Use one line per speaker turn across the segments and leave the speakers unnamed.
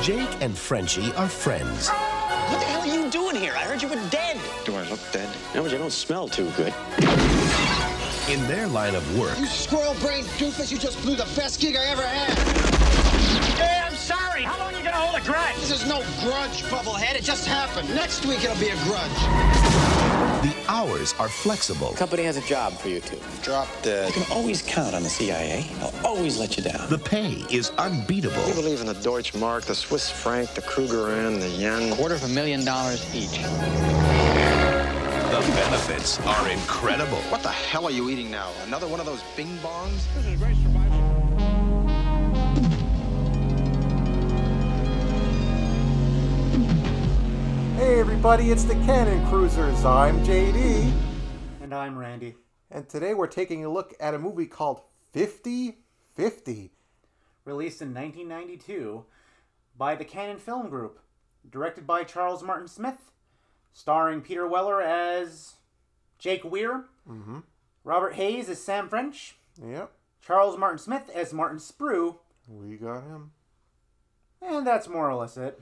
Jake and Frenchie are friends.
What the hell are you doing here? I heard you were dead.
Do I look dead?
No, but you don't smell too good.
In their line of work,
You squirrel brained doofus, you just blew the best gig I ever had.
Hey, I'm sorry. How long are you gonna hold a grudge?
This is no grudge, bubblehead. It just happened. Next week it'll be a grudge.
the hours are flexible.
Company has a job for you two.
Drop
You
dead.
can always count on the CIA. They'll always let you down.
The pay is
You
unbeatable.
believe in the Deutsche Mark, the Swiss franc, the Krugerrand, the yen.
quarter of a million dollars each.
The benefits are incredible.
What the hell are you eating now? Another one of those bing bongs?
Hey everybody, it's the Cannon Cruisers. I'm JD,
And I'm Randy.
and today we're taking a look at a movie called 50 50.
Released in 1992 by the Cannon Film Group. Directed by Charles Martin Smith. Starring Peter Weller as Jake Weir.
Mm-hmm.
Robert Hayes as Sam French.
Yep,
Charles Martin Smith as Martin Sprue.
we got him.
And that's more or less it.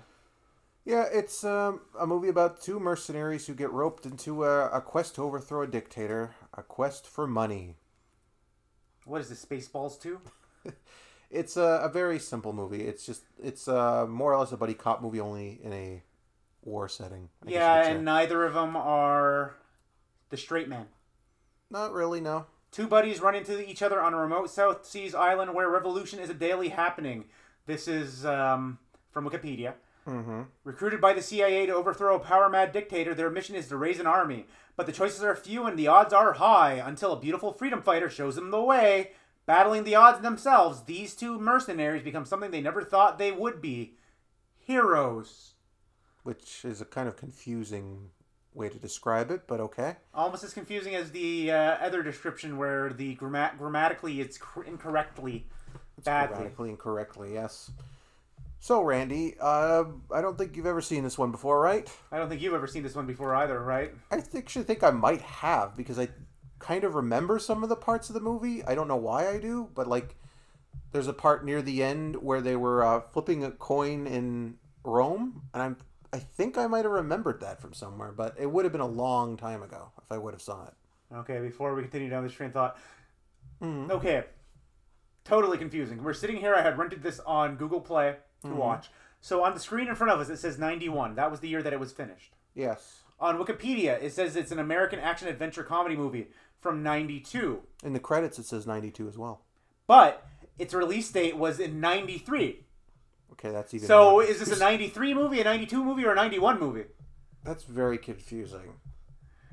Yeah, it's um, a movie about two mercenaries who get roped into a, a quest to overthrow a dictator, a quest for money.
What is this, Spaceballs 2?
It's a, a very simple movie. It's just, it's uh, more or less a buddy cop movie, only in a war setting. I guess you
yeah,
could say.
and neither of them are the straight man.
not really, no.
Two buddies run into each other on a remote South Seas island where revolution is a daily happening. This is um, from Wikipedia. Recruited by the CIA to overthrow a power mad dictator, their mission is to raise an army. But the choices are few and the odds are high until a beautiful freedom fighter shows them the way. Battling the odds themselves, these two mercenaries become something they never thought they would be heroes.
Which is a kind of confusing way to describe it, but okay.
Almost as confusing as the uh, other description where the gramma- grammatically it's cr- incorrectly badly.
Radically incorrectly, yes. So, Randy, uh, I don't think you've ever seen this one before, right?
I don't think you've ever seen this one before either, right?
I think, should think I might have because I kind of remember some of the parts of the movie. I don't know why I do, but like, there's a part near the end where they were uh, flipping a coin in Rome, and I'm I think I might have remembered that from somewhere, but it would have been a long time ago if I would have saw it.
Okay, before we continue down this train of thought.
Mm-hmm.
Okay. Totally confusing. We're sitting here. I had rented this on Google Play to
Mm-hmm.
watch. So on the screen in front of us, it says 91. That was the year that it was finished.
Yes,
On Wikipedia, it says it's an American action adventure comedy movie from 92.
in the credits it says '92 as well.
But its release date was in 93.
Okay, that's even.
So
more-
is this a 93 movie, a 92 movie, or a 91 movie?
that's very confusing.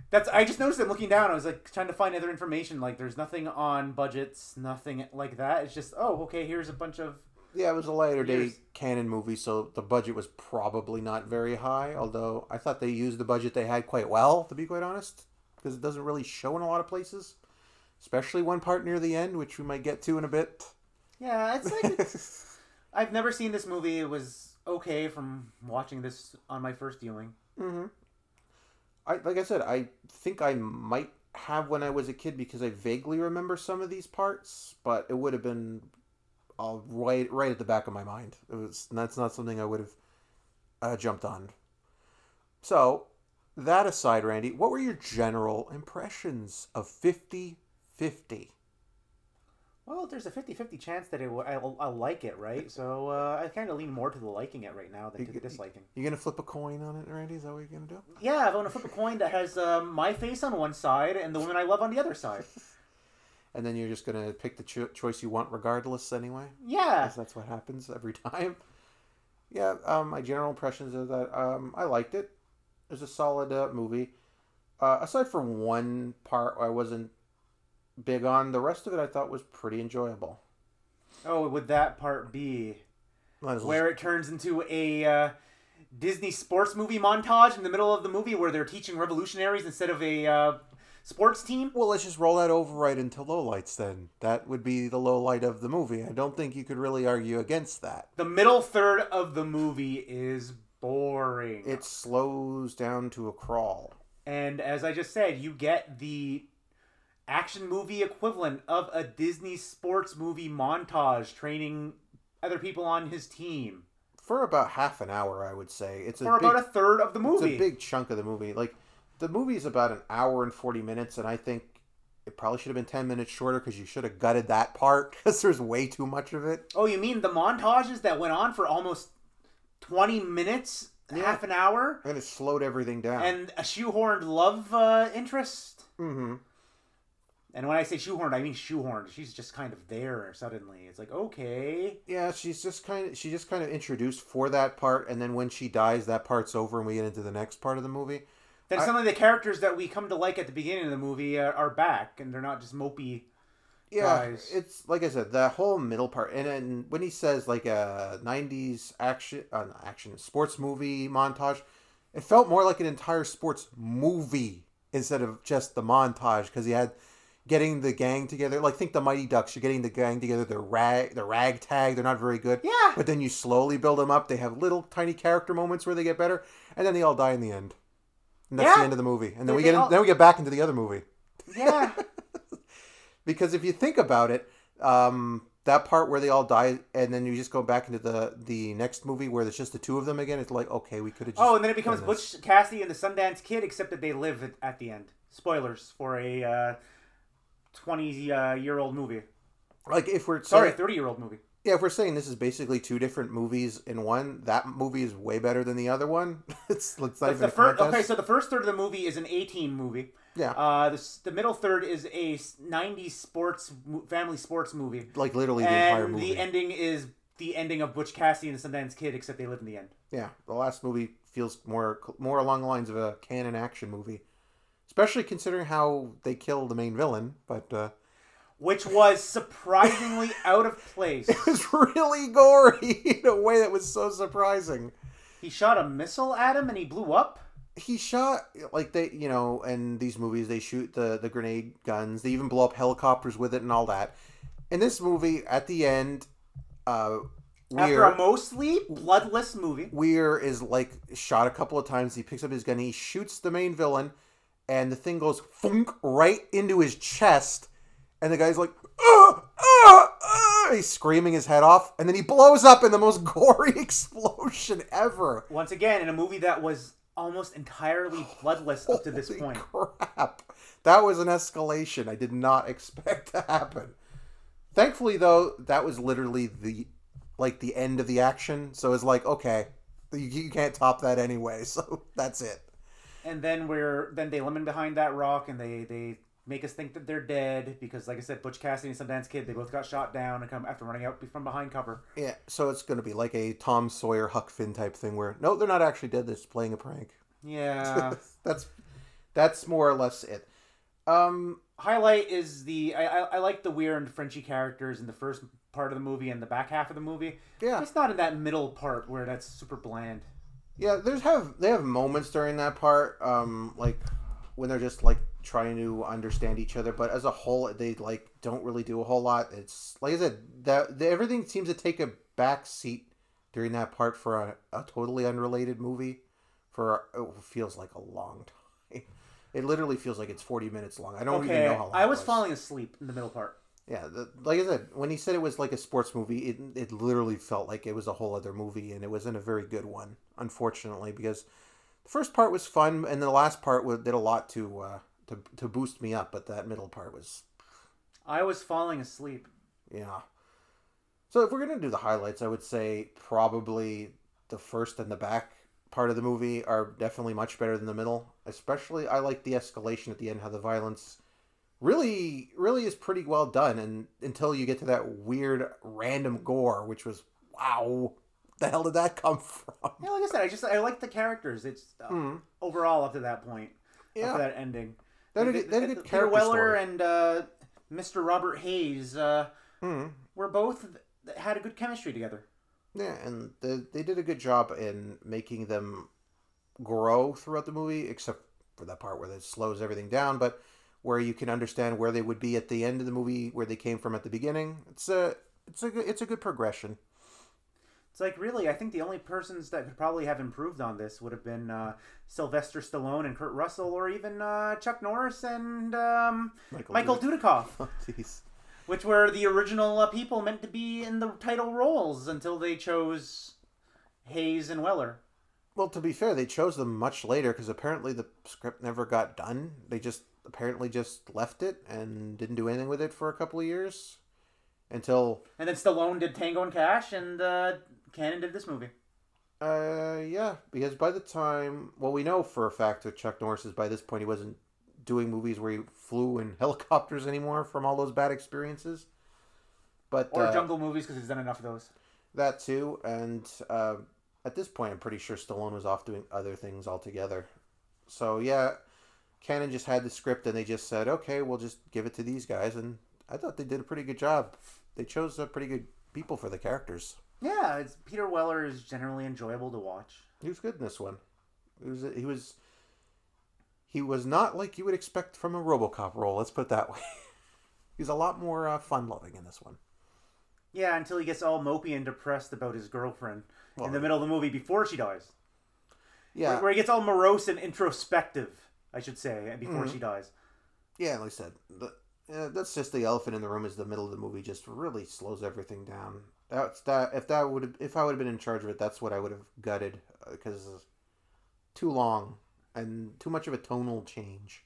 That's I just noticed it looking down. I was like trying to find other information. Like there's nothing on budgets, nothing like that. It's just oh okay, here's a bunch of
Yeah, it was a later day
Years.
canon movie, so the budget was probably not very high. Although I thought they used the budget they had quite well, to be quite honest, because it doesn't really show in a lot of places, especially one part near the end, which we might get to in a bit.
yeah. It's like I've never seen this movie. It was okay from watching this on my first viewing.
I like I said, I think I might have when I was a kid because I vaguely remember some of these parts, but it would have been all right right at the back of my mind. It was that's not something I would have uh, jumped on. So that aside, Randy, what were your general impressions of 50 50?
Well, there's a 50-50 chance that it will, I'll, I'll like it, right? So uh, I kind of lean more to the liking it right now than to the disliking.
You gonna flip a coin on it, Randy? Is that what you're gonna do?
Yeah, I'm gonna flip a coin that has um, my face on one side and the woman I love on the other side.
And then you're just gonna pick the cho- choice you want, regardless, anyway.
Yeah,
'cause that's what happens every time. Yeah, um, my general impressions is that um, I liked it. It was a solid uh, movie. Uh, aside from one part I wasn't big on, the rest of it I thought was pretty enjoyable.
Oh, would that part be
Might as well-
where it turns into a uh, Disney sports movie montage in the middle of the movie where they're teaching revolutionaries instead of a uh, sports team?
Well, let's just roll that over right into lowlights then. That would be the low light of the movie. I don't think you could really argue against that.
The middle third of the movie is boring.
It slows down to a crawl.
and as I just said, you get the action movie equivalent of a Disney sports movie montage training other people on his team.
for about half an hour, I would say. It's a
for
big,
about a third of the
It's
movie.
a big chunk of the movie. Like the movie is about an hour and forty minutes, and I think it probably should have been ten minutes shorter because you should have gutted that part because there's way too much of it.
Oh, you mean the montages that went on for almost 20 minutes, half an hour,
And it slowed everything down.
and a shoehorned love uh, interest?
Mhm.
And when I say shoehorned, I mean shoehorned. She's just kind of there suddenly. It's like, okay.
yeah, she's just kind of she just kind of introduced for that part, and then when she dies, that part's over, and we get into the next part of the movie.
Then
I-
suddenly the characters that we come to like at the beginning of the movie uh, are back, and they're not just mopey.
yeah
guys.
it's like i said that whole middle part and then when he says like a 90s action uh, not action sports movie montage it felt more like an entire sports movie instead of just the montage because he had getting the gang together like think the mighty ducks you're getting the gang together they're rag they're ragtag they're not very good
Yeah.
but then you slowly build them up they have little tiny character moments where they get better and then they all die in the end and that's
Yeah.
the end of the movie and then we
They- they
get in,
all-
then we get back into the other movie
Yeah.
because if you think about it, um, that part where they all die and then you just go back into the the next movie where there's just the two of them again, it's like okay, we could have.
oh, and then it becomes Butch Cassidy and the Sundance Kid, except that they live at- at the end. Spoilers for a uh, 20 uh, year old movie.
Like if we're
Sorry,
sorry,
30 year old movie.
yeah, if we're saying this is basically two different movies in one, that movie is way better than the other one. it's it's not
The-
even
the
a
first,
contest.
okay, so the first third of the movie is an A team movie.
yeah,
Uh, the, s- the middle third is a s- 90s sports, mo- family sports movie.
like literally the entire
and
movie.
the ending is the ending of Butch Cassidy and the Sundance Kid, except they live in the end.
yeah, the last movie feels more more along the lines of a canon action movie, especially considering how they kill the main villain. But uh,
Which was surprisingly out of place.
it's really gory in a way that was so surprising.
He shot a missile at him and he blew up.
he shot like they you know in these movies they shoot the the grenade guns they even blow up helicopters with it and all that in this movie at the end uh
After
weir
a mostly bloodless movie.
weir is like shot a couple of times he picks up his gun he shoots the main villain and the thing goes funk right into his chest and the guy's like ah, ah, ah," he's screaming his head off and then he blows up in the most gory explosion ever
Once again, in a movie that was almost entirely bloodless up to this
Holy
point.
Crap. That was an escalation I did not expect to happen. Thankfully though, that was literally the like the end of the action. So it's like, okay, you, you can't top that anyway. So that's it.
and then we're then they limit behind that rock and they they make us think that they're dead because like i said butch cassidy and sundance kid they both got shot down and come after running out from behind cover
Yeah, so it's going to be like a Tom Sawyer Huck Finn type thing where no, they're not actually dead, they're just playing a prank.
yeah
that's that's more or less it. Um
highlight is the I, I i like the weird and frenchy characters in the first part of the movie and the back half of the movie
Yeah.
it's not in that middle part where that's super bland
Yeah, there's have they have moments during that part, um, like when they're just like trying to understand each other. But as a whole, they like don't really do a whole lot. It's like I said that the, everything seems to take a back seat during that part for a, a totally unrelated movie. For oh, it feels like a long time. It literally feels like it's forty minutes long. I don't even know
okay
how long.
i
it
was falling asleep in the middle part
Yeah, the, like I said, when he said it was like a sports movie, it it literally felt like it was a whole other movie, and it wasn't a very good one, unfortunately, because the first part was fun, and the last part wa- did a lot to uh, to to boost me up, but that middle part was
i was falling asleep
yeah. So if we're gonna do the highlights, I would say probably the first and the back part of the movie are definitely much better than the middle. Especially, I like the escalation at the end, how the violence really, really is pretty well done, and until you get to that weird random gore, which was wow, the hell did that come from?
yeah like i said i just i like the characters it's uh, overall up to that point
Hmm. Yeah.
after that ending.
They're a
Like,
good- they're a
the-
good
Peter
character
Weller
story.
and uh, Mr. Robert Hayes uh,
Hmm.
were both had a good chemistry together.
Yeah, and the, they did a good job in making them grow throughout the movie, except for that part where it slows everything down, but where you can understand where they would be at the end of the movie, where they came from at the beginning. It's a it's a good, it's a good progression.
It's like really, I think the only persons that could probably have improved on this would have been uh, Sylvester Stallone and Kurt Russell, or even uh, Chuck Norris and um,
Michael
Michael, Dudikoff,
Oh, jeez.
which were the original uh, people meant to be in the title roles until they chose Hayes and Weller.
Well, to be fair, they chose them much later because apparently the script never got done. They just apparently just left it and didn't do anything with it for a couple of years until
And then Stallone did Tango and Cash, and uh, Cannon did this movie.
Uh, yeah, because by the time, well, we know for a fact that Chuck Norris is by this point he wasn't doing movies where he flew in helicopters anymore from all those bad experiences. But
Or
uh,
Jungle Movies, because he's done enough of those.
that too, and uh, at this point, I'm pretty sure Stallone was off doing other things altogether. So yeah, Cannon just had the script, and they just said, "Okay, we'll just give it to these guys." And I thought they did a pretty good job. They chose uh, pretty good people for the characters.
Yeah, it's, Peter Weller is generally enjoyable to watch.
He was good in this one. He was he was he was not like you would expect from a RoboCop role. Let's put it that way. He's a lot more uh, fun loving in this one.
Yeah, until he gets all mopey and depressed about his girlfriend in the middle of the movie before she dies.
Yeah,
Where he gets all morose and introspective, I should say, and before she dies.
yeah. Like I said, the, uh, that's just the elephant in the room. Is the middle of the movie just really slows everything down? That's that. If that would if I would have been in charge of it, that's what I would have gutted because too long and too much of a tonal change.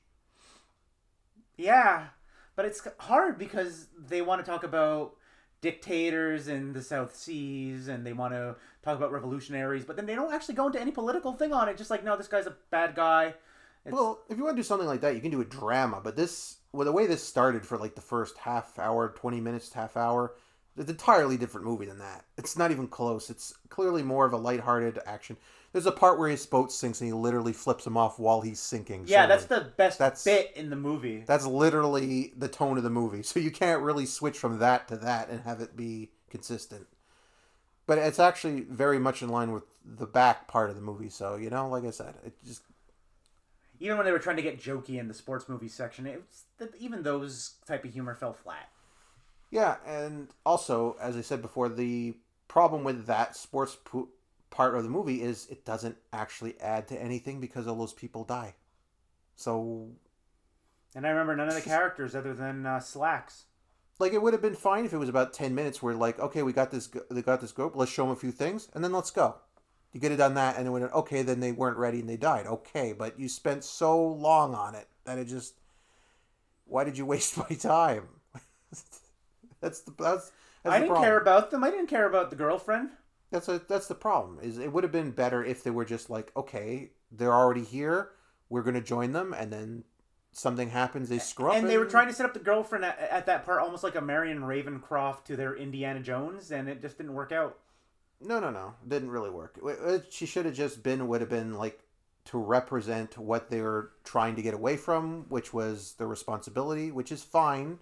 Yeah, but it's hard because they want to talk about dictators in the South Seas and they want to talk about revolutionaries, but then they don't actually go into any political thing on it. Just like, no, this guy's a bad guy. It's,
Well, if you want to do something like that, you can do a drama. But this, well, the way this started for like the first half hour, twenty minutes, half hour, it's an entirely different movie than that. It's not even close. It's clearly more of a lighthearted action. There's a part where his boat sinks and he literally flips him off while he's sinking.
yeah, that's
suddenly.
the best
That's-
bit in the movie.
that's literally the tone of the movie. So you can't really switch from that to that and have it be consistent. But it's actually very much in line with the back part of the movie. So you know, like I said, it just
Even when they were trying to get jokey in the sports movie section, it was, th- even those type of humor fell flat.
Yeah, and also, as I said before, the problem with that sports po- part of the movie is it doesn't actually add to anything because all those people die. So,
And I remember none of the characters other than uh, Slacks.
like, it would have been fine if it was about ten minutes. Where like, okay, we got this, g- they got this group. Let's show them a few things, and then let's go. You could have done that, and it would have okay. Then they weren't ready and they died. Okay, but you spent so long on it that it just. Why did you waste my time? that's the that's. that's
I
the
didn't
problem.
care about them. I didn't care about the girlfriend.
That's a, that's the problem. Is it would have been better if they were just like, okay, they're already here. We're gonna join them, and then something happens. They screw up,
and they were trying to set up the girlfriend at, at that part almost like a Marion Ravencroft to their Indiana Jones, and it just didn't work out.
No, no, no. Didn't really work. It- it- She should have just been would have been like to represent what they were trying to get away from, which was the responsibility, which is fine.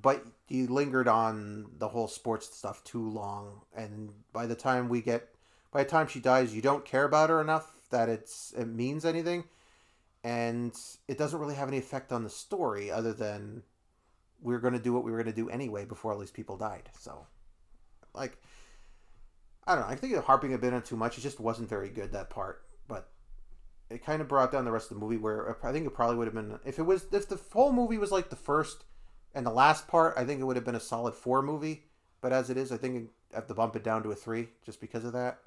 But you lingered on the whole sports stuff too long, and by the time we get, by the time she dies, you don't care about her enough that it's it means anything, and it doesn't really have any effect on the story other than we were going to do what we were going to do anyway before all these people died. So, like, I don't know. I think they're harping a bit on too much. It just wasn't very good that part, but it kind of brought down the rest of the movie. Where uh, I think it probably would have been if it was if the whole movie was like the first and the last part. I think it would have been a solid four movie. But as it is, I think I have to bump it down to a three just because of that.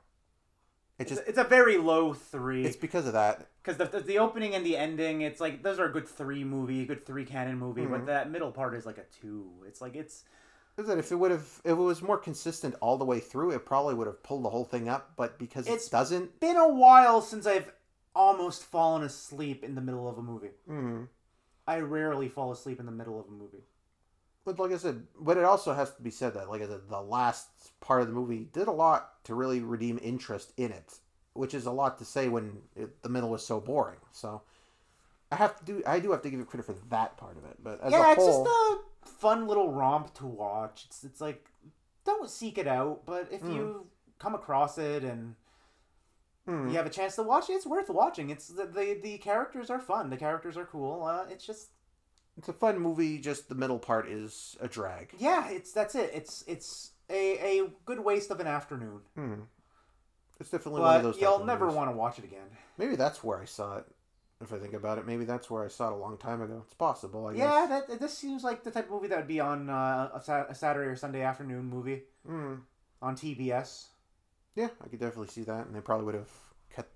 It
It's,
just
it's a very low three
it's because of that.
because the, the opening and the ending. It's like those are a good three movie, a good three canon movie,
Mm-hmm.
but that middle part is like a two. It's like it's
Is that if it would have if it was more consistent all the way through, it probably would have pulled the whole thing up. But because
It's-
it doesn't,
been a while since I've almost fallen asleep in the middle of a movie.
Mhm.
I rarely fall asleep in the middle of a movie.
but like I said, but it also has to be said that, like I said, the last part of the movie did a lot to really redeem interest in it, which is a lot to say when it, the middle was so boring. So I have to do, I do have to give it credit for that part of it. But as
yeah,
a whole,
it's just uh, a fun little romp to watch. It's it's like don't seek it out, but if
Hmm.
you come across it and
Hmm.
you have a chance to watch it, it's worth watching. It's the the, the characters are fun. The characters are cool. Uh, it's just
it's a fun movie. Just the middle part is a drag.
yeah, it's that's it. It's it's a, a good waste of an afternoon,
It's definitely Hmm. one of
but
those. type
you'll
of
never
movies.
want to watch it again.
Maybe that's where I saw it. If I think about it, maybe that's where I saw it a long time ago. It's possible. I
Yeah,
guess.
that this seems like the type of movie that would
Hmm.
be on uh, a, Sat- a Saturday or Sunday afternoon movie
Mm.
on TBS.
Yeah, I could definitely see that, and they probably would have cut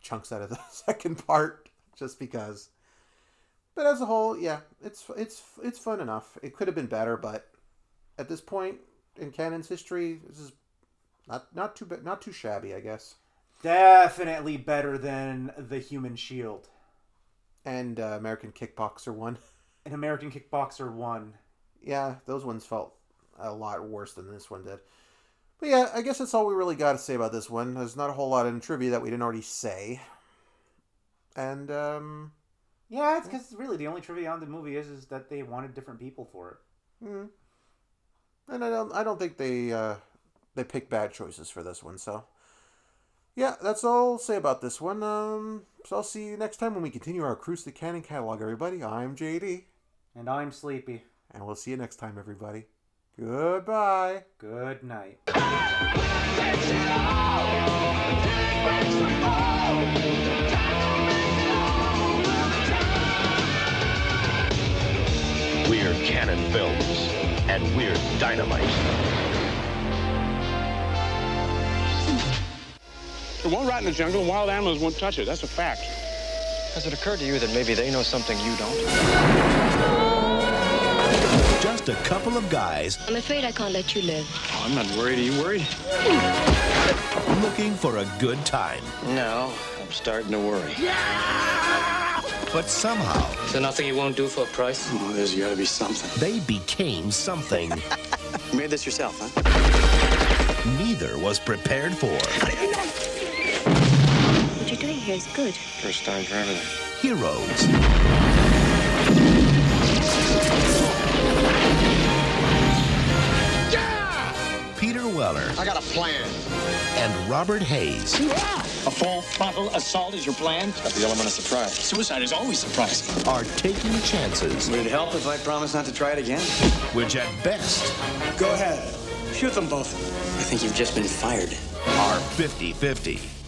chunks out of the second part just because. But as a whole, yeah, it's it's it's fun enough. It could have been better, but at this point in canon's history, this is not not too ba- not too shabby, I guess.
Definitely better than The Human Shield.
And uh, American Kickboxer one,
An American Kickboxer 1.
yeah, those ones felt a lot worse than this one did. But yeah, I guess that's all we really got to say about this one. There's not a whole lot in trivia that we didn't already say. And um,
Yeah, it's because really the only trivia on the movie is, is that they wanted different people for it.
and I don't I don't think they uh, they picked bad choices for this one. So yeah, that's all I'll say about this one. Um, so I'll see you next time when we continue our cruise to canon catalog, everybody. I'm JD,
And I'm sleepy.
and we'll see you next time, everybody. Goodbye.
Good night.
We're Canon Films, and we're dynamite.
It won't rot in the jungle. Wild animals won't touch it. That's a fact.
Has it occurred to you that maybe they know something you don't?
Just a couple of guys
I'm afraid I can't let you live.
Oh, I'm not worried. Are you worried?
looking for a good time.
No, I'm starting to worry.
But somehow,
Is there nothing you won't do for a price?
Oh, there's got to be something.
they became something
You made this yourself, huh?
neither was prepared for.
What you're doing here is good.
First time for everything.
Heroes. Peter Weller
I got a plan.
and Robert Hayes.
A full frontal assault is your plan?
Got the element of surprise.
Suicide is always surprising.
are taking chances,
Would it help if I promised not to try it again?
which at best
Go ahead. Shoot them both.
I think you've just been fired.
are 50 50.